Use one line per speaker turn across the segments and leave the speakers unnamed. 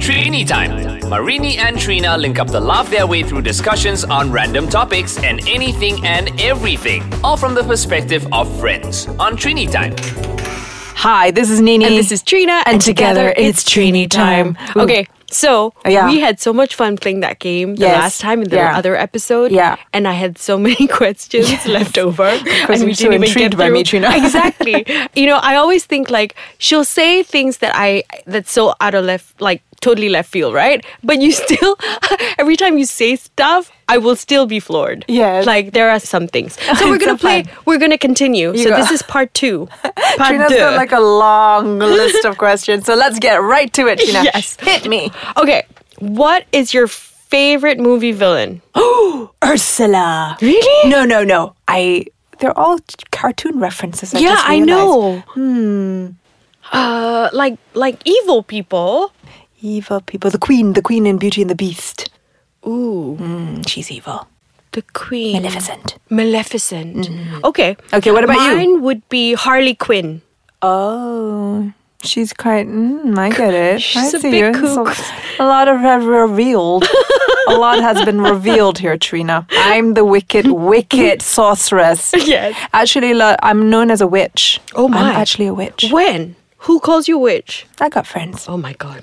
Trini Time. Marini and Trina link up to laugh their way through discussions on random topics and anything and everything, all from the perspective of friends on Trini Time.
Hi, this is Nini.
And this is Trina, and, together, it's Trini time.
Ooh. Oh,
Okay, so
Yeah.
we had so much fun playing that game the
Yes.
last time in the
Yeah.
other episode.
Yeah.
and I had so many questions left over, and
you're
we
so
didn't even
intrigued
get
by
through.
me, Trina.
exactly. You know, I always think like she'll say things that I that's so out of left, like totally left field, right? But you still, every time you say stuff, I will still be floored.
Yes.
like there are some things. So we're
It's so
gonna play.
fun.
We're gonna continue. so
go.
this is part two. Part
Trina's
deux.
got like a long list of questions, so let's get right to it, Trina.
Yes.
Hit me.
Okay, what is your favorite movie villain?
Ursula.
Really?
No, no, no. I. They're all cartoon references. I
yeah,
just
I
realized.
know. Hmm. Uh, like like evil people.
Evil people. The queen, the queen in Beauty and the Beast.
Ooh,
Mm, she's evil.
the Queen.
Maleficent.
Maleficent. Okay.
Okay, what about you?
Mine would be Harley Quinn.
Oh, she's quite. Mm, I get it.
She's
I
a
see
big
you. So-
kook.
a lot of have revealed. a lot has been revealed here, Trina. I'm the wicked, wicked sorceress.
Yes.
Actually, lo- I'm known as a witch.
Oh my.
I'm actually a witch.
When? Who calls you witch?
I got friends.
Oh my god.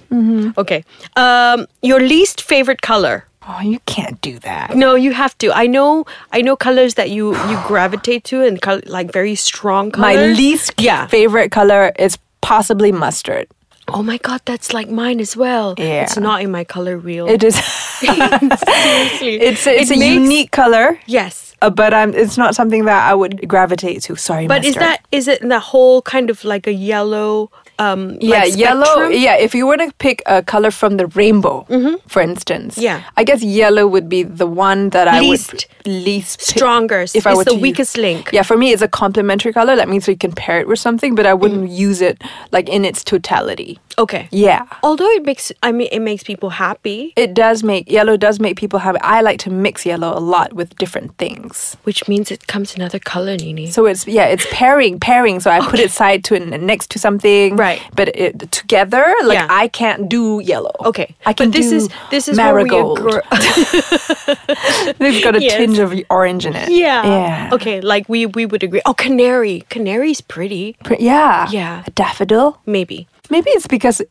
Okay. Um, your least favorite color.
Oh, you can't do that.
No, you have to. I know. I know colors that you you gravitate to and col- like very strong
My
colors.
least
Yeah.
favorite color is possibly mustard.
Oh my god, that's like mine as well.
Yeah.
It's not in my color wheel.
It is.
Seriously.
it's a, it's
It
a
makes-
unique color,
Yes.
uh, but I'm, it's not something that I would gravitate to. Sorry,
But is
mustard.
that is it in the whole kind of like a yellow um like
yeah, yellow.
spectrum? Mm-hmm.
Yeah, if you were to pick a color from the rainbow, for instance,
Yeah.
I guess yellow would be the one that I
Least-
would least pick
stronger.
If I
It's
were
the
to use-
weakest link.
yeah, for me, it's a complementary color. That means we can pair it with something, but I wouldn't
Mm.
use it like in its totality.
Okay.
Yeah.
Although it makes I mean it makes people happy,
It does make yellow does make people happy. I like to mix yellow a lot with different things.
which means it comes in another color, Nini.
So it's yeah, it's pairing, pairing. So I put it side to and next to something,
Right.
But it together, like
Yeah.
I can't do yellow.
Okay.
I
But
can
this
do
is this is
marigold.
where we agree.
They've got a
Yes.
tinge of orange in it.
yeah.
yeah,
Okay, like we we would agree. Oh, canary. Canary's pretty.
Pre- yeah,
Yeah.
A daffodil.
Maybe.
Maybe it's because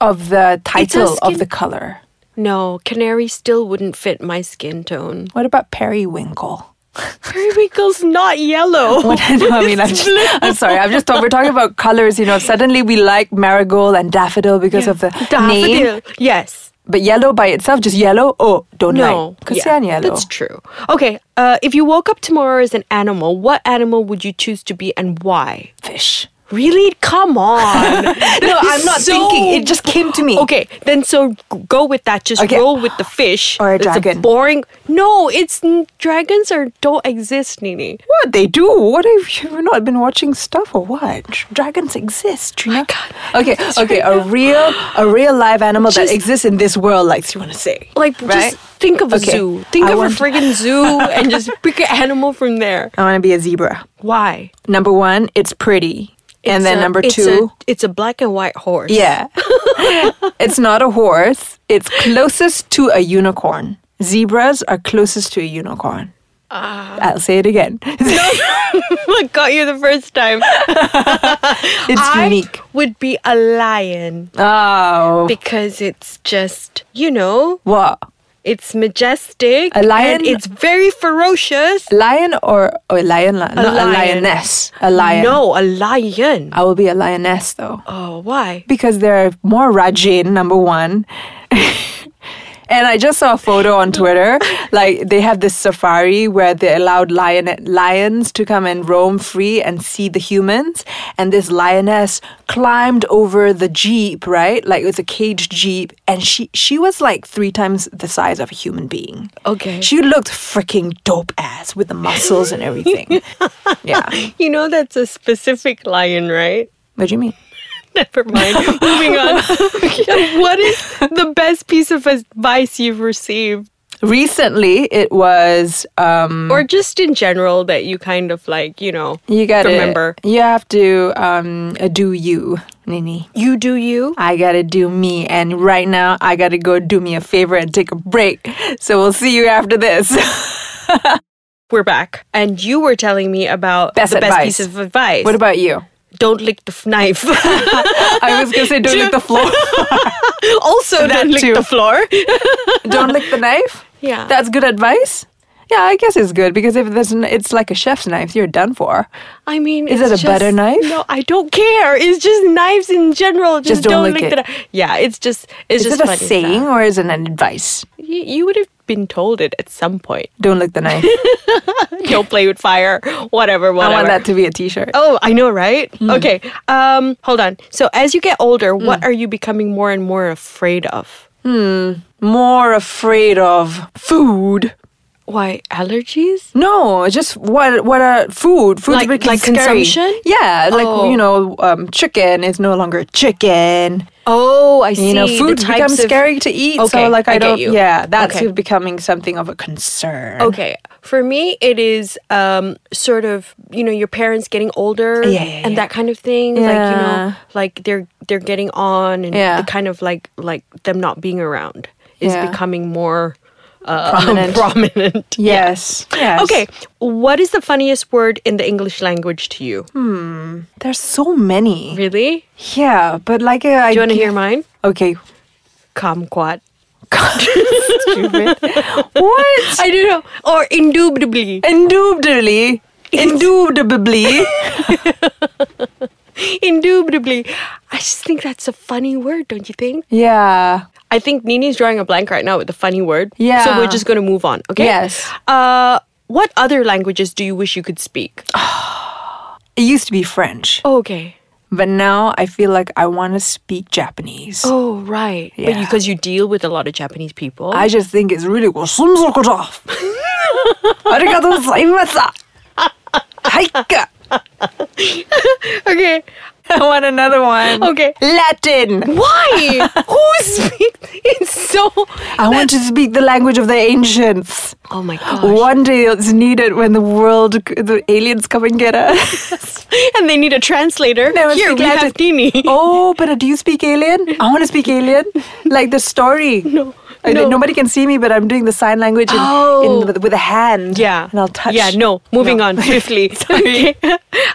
of the title
skin-
of the color.
No, canary still wouldn't fit my skin tone.
What about periwinkle?
Periwinkle's not yellow.
What I know, I mean, I'm, just, I'm sorry. I'm just thought we're talking about colors. You know, suddenly we like marigold and daffodil because of the name.
Daffodil. Yes.
But yellow by itself, just yellow, oh, don't
No.
like.
Yeah,
Kasian yellow.
That's true. Okay. Uh, if you woke up tomorrow as an animal, what animal would you choose to be and why?
Fish.
Really? Come on.
No, I'm not thinking. It just came to me.
Okay, then so g- go with that. Just
Okay.
roll with the fish.
Or a
it's
dragon.
A boring. No, it's n- dragons are don't exist, Nini.
What they do? What have you not been watching stuff or what? Dragons exist, Trina. okay, okay, a real, a real live animal
Just-
that exists in this world, like you want to say.
Like
Right?
just think of a
Okay.
zoo. Think
I
of
want-
a friggin' zoo and just pick an animal from there.
I want to be a zebra.
Why?
Number one, it's pretty, and
It's
then
a-
number
it's
two,
a, it's a black and white horse.
yeah, it's not a horse. It's closest to a unicorn. Zebras are closest to a unicorn.
Ah.
I'll say it again.
Look, got you the first time.
it's
I
unique.
would be a lion
Oh,
because it's just, you know,
what?
it's majestic.
A lion-
And it's very ferocious.
lion or or a lion, li- not a
lion.
lioness, a lion.
No, a lion.
I will be a lioness though,
Oh, why?
because they're more rajin. Number one. And I just saw a photo on Twitter. Like they have this safari where they allowed lion lions to come and roam free and see the humans. And this lioness climbed over the jeep, right? Like it was a caged jeep, and she she was like three times the size of a human being.
Okay.
she looked freaking dope ass with the muscles and everything. yeah,
You know that's a specific lion, right?
what do you mean?
Never mind. Moving on. what is the best piece of advice you've received?
Recently, it was um,
or just in general that you kind of like, you know,
you got to
remember.
You have to um, do you, Nini.
You do you.
I gotta do me, and right now I gotta go do me a favor and take a break. So we'll see you after this.
We're back, and you were telling me about
Best
the best
advice.
piece of advice.
what about you?
don't lick the f- knife?
I was gonna say don't lick the floor,
also,
That
don't lick
too.
the floor.
don't lick the knife.
Yeah.
that's good advice. Yeah, I guess it's good because if there's an, it's like a chef's knife, you're done for.
I mean,
Is
it's
it a butter
just-
knife?
No, I don't care. It's just knives in general. Just,
don't
don't,
lick
lick,
it.
the knife. Yeah, it's just it's
Is
just
it a
funny
saying
stuff.
or is it an advice?
You, you would have been told it at some point.
Don't lick the knife.
don't play with fire. Whatever. Whatever.
I want that Mm. to be a T-shirt.
Oh, I know, right? Okay. Um, hold on. So, as you get older,
Mm.
what are you becoming more and more afraid of?
More afraid of food.
Why allergies?
No, just what what are food? Food
Like- like consumption?
Yeah, like
Oh.
you know, um, chicken is no longer chicken.
Oh, I
You
see.
know,
The
food
types
becomes
of-
scary to eat.
Okay,
so like I,
I get
don't.
you.
Yeah, that's
Okay.
becoming something of a concern.
Okay. For me, it is um, sort of you know your parents getting older
Yeah, yeah,
and
yeah.
that kind of thing. Like
Yeah.
you know, like they're they're getting on and
Yeah.
the kind of like like them not being around is
Yeah.
becoming more uh,
Prominent.
prominent. prominent.
Yes. Yes.
Okay. What is the funniest word in the English language to you?
Hmm. There's so many.
Really?
Yeah, but like uh, I.
Do you want to
g-
hear mine?
Okay.
Kumquat.
Stupid. what?
I don't know. Or indubitably.
Indubitably. Indubitably.
Indubitably. I just think that's a funny word, don't you think?
yeah.
I think Nini's drawing a blank right now with the funny word.
Yeah.
So we're just going to move on, okay?
Yes.
Uh, what other languages do you wish you could speak?
It used to be French,
Okay.
but now I feel like I want to speak Japanese.
Oh, right. But
Yeah.
because you deal with a lot of Japanese people.
I just think it's really cool. Arigatou gozaimasu. Haika.
okay.
I want another one.
Okay.
Latin.
Why? Who speaks? It's so.
I want to speak the language of the ancients.
Oh my gosh.
One day it's needed when the world, the aliens come and get us.
And they need a translator.
They must
Here
speak
we have
Latin.
Nini.
oh, but do you speak alien? I want to speak alien. Like the story.
No,
I-
no.
Nobody can see me, but I'm doing the sign language in,
Oh.
in, with, with a hand.
Yeah.
And I'll touch.
Yeah, no. Moving on swiftly. okay.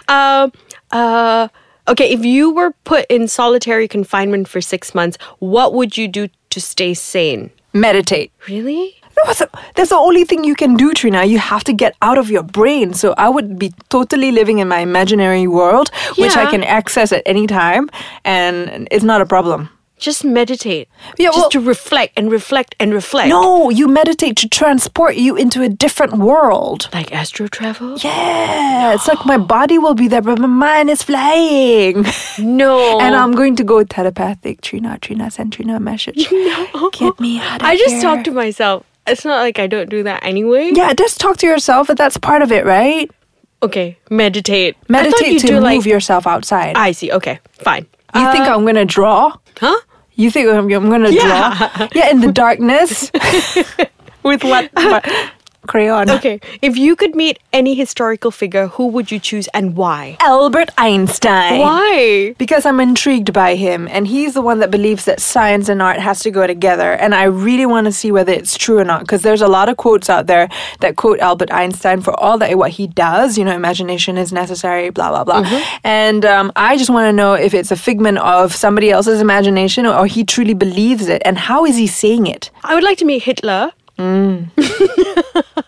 Um, uh, okay, if you were put in solitary confinement for six months, what would you do to stay sane?
Meditate.
Really?
That was a- that's the only thing you can do, Trina. You have to get out of your brain. So I would be totally living in my imaginary world, which I
Yeah.
can access at any time, and it's not a problem.
Just meditate.
Yeah,
Just
well-
to reflect and reflect and reflect.
No, you meditate to transport you into a different world.
Like astro travel?
Yeah, it's like my body will be there, but my mind is flying.
No.
And I'm going to go telepathic. Trina, Trina, send Trina a message. Get me out of
I just
here.
talk to myself. It's not like I don't do that anyway.
Yeah, just talk to yourself, but that's part of it, right?
Okay. Meditate. I thought
Meditate
you
to
do
move Uh,
like
yourself outside.
I uh, see. Okay. Fine.
You think I'm gonna draw?
Huh?
You think I'm, I'm gonna draw?
Yeah.
Yeah, in the darkness. With what? what- Crayon.
Okay. If you could meet any historical figure, who would you choose and why?
Albert Einstein.
Why?
Because I'm intrigued by him, and he's the one that believes that science and art has to go together. And I really want to see whether it's true or not, because there's a lot of quotes out there that quote Albert Einstein for all that what he does. You know, imagination is necessary, blah blah blah. And um, I just want to know if it's a figment of somebody else's imagination, or, or he truly believes it, and how is he saying it?
I would like to meet Hitler.
Mm.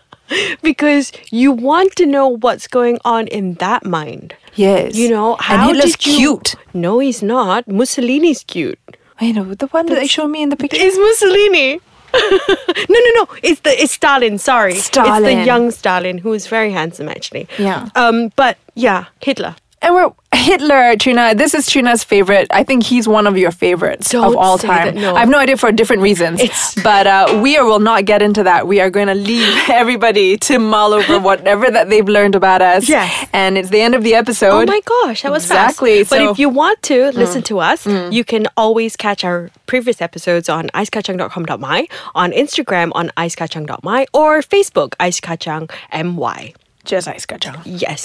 because you want to know what's going on in that mind.
Yes,
You know, how
and Hitler's
did you-
cute.
No, he's not. Mussolini's cute.
I know the one that they show me in the picture.
It's Mussolini. no, no, no. It's the it's Stalin. Sorry, it's
Stalin.
the young Stalin who is very handsome actually.
Yeah.
Um, but yeah, Hitler.
And we're Hitler, Trina. This is Trina's favorite. I think he's one of your favorites of
Don't
all
say
time.
that, no.
I have no idea for different reasons.
It's-
but uh, we are- will not get into that. We are going to leave everybody to mull over whatever that they've learned about us.
Yes.
And it's the end of the episode.
Oh my gosh, that was
Exactly,
Fast. But
so- Mm.
if you want to listen to us, you can always catch our previous episodes on icekachang.com.my, on Instagram on icekachang.my, or Facebook icekachangmy.
Just ice kacang.
Yes.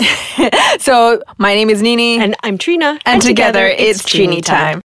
So my name is Nini.
and I'm Trina.
And together, it's Trini
Trini
time.